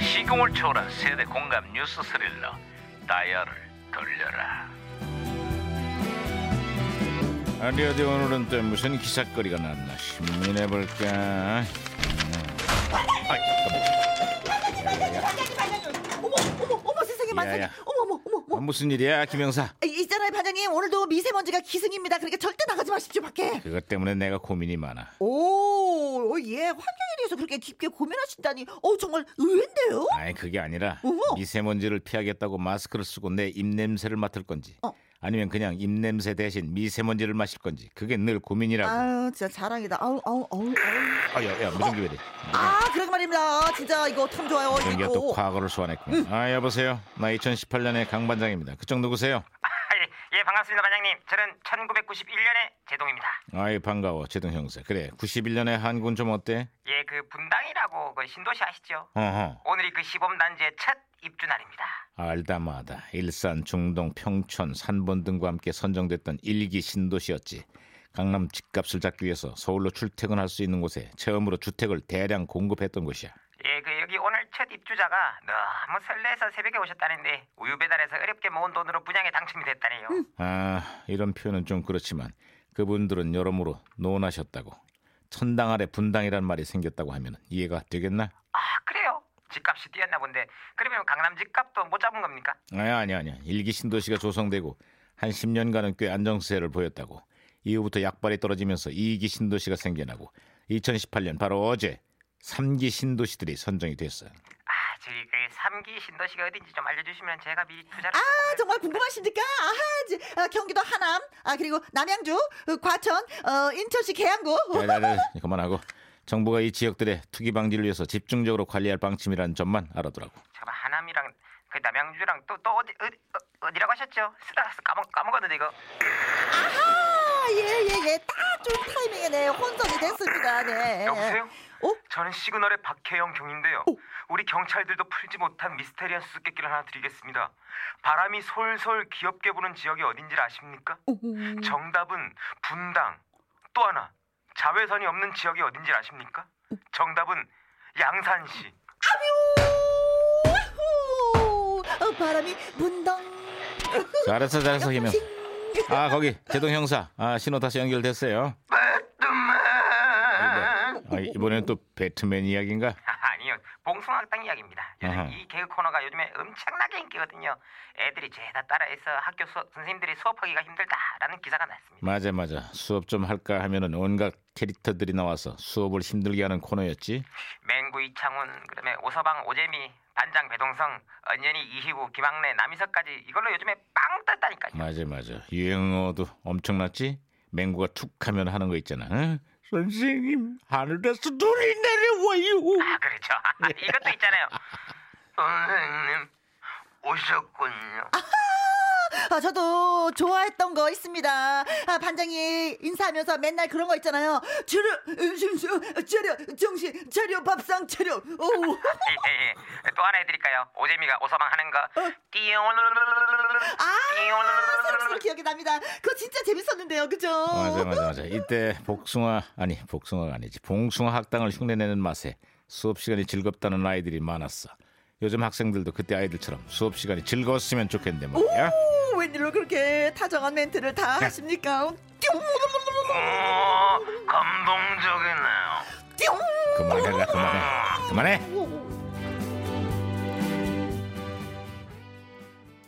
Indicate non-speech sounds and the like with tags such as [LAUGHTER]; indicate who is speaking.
Speaker 1: 시공을 초월한 세대 공감 뉴스 스릴러 다이얼을 돌려라 어디 어디 오늘은 또 무슨 기사거리가 났나 신문해볼까
Speaker 2: 반장님 반장님 어머 어머 어머 세상에 만세
Speaker 1: 야. 음.
Speaker 2: 어머 어머 어머 어머
Speaker 1: 무슨 일이야 김영사
Speaker 2: 아, 있잖아요 반장님 오늘도 미세먼지가 기승입니다 그러니까 절대 나가지 마십시오 밖에
Speaker 1: 그것 때문에 내가 고민이 많아
Speaker 2: 오예 어, 환경에 대해서 그렇게 깊게 고민하신다니 어 정말 의외인데요
Speaker 1: 아니 그게 아니라
Speaker 2: 어머.
Speaker 1: 미세먼지를 피하겠다고 마스크를 쓰고 내 입냄새를 맡을 건지
Speaker 2: 어.
Speaker 1: 아니면 그냥 입냄새 대신 미세먼지를 마실 건지 그게 늘 고민이라고
Speaker 2: 아유 진짜 자랑이다 아우 아우 아우 아우
Speaker 1: 아, 야, 야 무슨 기별이
Speaker 2: 아 그러게 말입니다 진짜 이거 참 좋아요
Speaker 1: 연기가 또
Speaker 2: 이거
Speaker 1: 과거를 소환했군요. 아 여보세요. 나 2018년의 강 반장입니다. 그쪽 누구세요?
Speaker 3: 아, 예, 예, 반갑습니다 반장님 저는 1991년에 제동입니다
Speaker 1: 아이 반가워 제동 형사. 그래 91년의 한군 좀 어때?
Speaker 3: 예 그 분당이라고 그 신도시 아시죠
Speaker 1: 어허.
Speaker 3: 오늘이 그 시범단지의 첫 입주 날입니다
Speaker 1: 알다마다 일산, 중동, 평촌, 산본 등과 함께 선정됐던 일기 신도시였지. 강남 집값을 잡기 위해서 서울로 출퇴근할 수 있는 곳에 처음으로 주택을 대량 공급했던 곳이야.
Speaker 3: 예 그 여기 오늘 첫 입주자가 너무 설레서 새벽에 오셨다는데 우유 배달해서 어렵게 모은 돈으로 분양에 당첨이 됐다네요
Speaker 1: 아 이런 표현은 좀 그렇지만 그분들은 여러모로 논하셨다고. 천당 아래 분당이란 말이 생겼다고 하면 이해가 되겠나?
Speaker 3: 아 그래요 집값이 뛰었나 본데 그러면 강남 집값도 못 잡은 겁니까
Speaker 1: 아니 아니 아니 일기 신도시가 조성되고 한 10년간은 꽤 안정세를 보였다고 이후부터 약발이 떨어지면서 2기 신도시가 생겨나고 2018년 바로 어제 3기 신도시들이 선정이 됐어요
Speaker 3: 아 저기 그 삼기 신도시가 어딘지 좀 알려주시면 제가 미리 투자를
Speaker 2: 아 정말 궁금하십니까 아하 이제, 아, 경기도 하남 아 그리고 남양주 어, 과천 어 인천시 계양구
Speaker 1: 야야야 [LAUGHS] 그만하고 정부가 이 지역들의 투기 방지를 위해서 집중적으로 관리할 방침이라는 점만 알아두라고
Speaker 3: 잠깐 하남이랑 그 남양주랑 또 또 어디 어디 어, 어디라고 하셨죠 쓰다 까먹 까먹었는데 이거
Speaker 2: 아하 예예예 딱 좋은 타이밍에 네 혼선이 됐습니다 네
Speaker 3: 여보세요?
Speaker 2: 어?
Speaker 3: 저는 시그널의 박혜영 경인데요. 우리 경찰들도 풀지 못한 미스테리한 수수께끼를 하나 드리겠습니다. 바람이 솔솔 귀엽게 부는 지역이 어딘지 아십니까?
Speaker 2: 음.
Speaker 3: 정답은 분당. 또 하나 자외선이 없는 지역이 어딘지 아십니까? 정답은 양산시.
Speaker 2: 아뮤! 아후! 어, 바람이 분당.
Speaker 1: 잘했어 잘했어 김영 아 거기 제동 형사 아 신호 다시 연결됐어요 아, 이번엔 또 배트맨 이야기인가?
Speaker 3: 음. [LAUGHS] 아니요, 봉숭아학당 이야기입니다. 요즘
Speaker 1: 아하.
Speaker 3: 이 개그 코너가 요즘에 엄청나게 인기거든요. 애들이 죄다 따라해서 학교 수업, 선생님들이 수업하기가 힘들다라는 기사가 났습니다.
Speaker 1: 맞아 맞아 수업 좀 할까 하면은 온갖 캐릭터들이 나와서 수업을 힘들게 하는 코너였지
Speaker 3: 맹구 이창훈 그다음에 오서방 오재미 반장 배동성 언연이 이희구 김학래 남희석까지 이걸로 요즘에 빵 떴다니까요.
Speaker 1: 맞아 맞아 유행어도 엄청났지 맹구가 툭 하면 하는 거 있잖아 응? 선생님 하늘에서 눈이 내려와요
Speaker 3: 아 그렇죠. 이것도 있잖아요. 선생님 오셨군요.
Speaker 2: 아, 저도 좋아했던 거 있습니다. 아, 반장이 인사하면서 맨날 그런 거 있잖아요. 차려, 심수, 차려, 정신, 차려, 밥상, 차려. 오.
Speaker 3: 예, 예, 예. 또 하나 해드릴까요? 오재미가 오서방 하는 거 띠용
Speaker 2: 아, 새록새록 기억이 납니다. 그거 진짜 재밌었는데요, 그죠?
Speaker 1: 맞아 맞아 맞아 이때 복숭아 아니 복숭아가 아니지 봉숭아 학당을 흉내내는 맛에 수업 시간이 즐겁다는 아이들이 많았어 요즘 학생들도 그때 아이들처럼 수업 시간이 즐거웠으면 좋겠는데 말이야
Speaker 2: 오, 웬일로 그렇게 타정한 멘트를 다
Speaker 1: 네.
Speaker 2: 하십니까? 띵,
Speaker 3: 오 감동적이네요.
Speaker 2: 띵.
Speaker 1: 그만해라 그만해 그만해
Speaker 2: 오.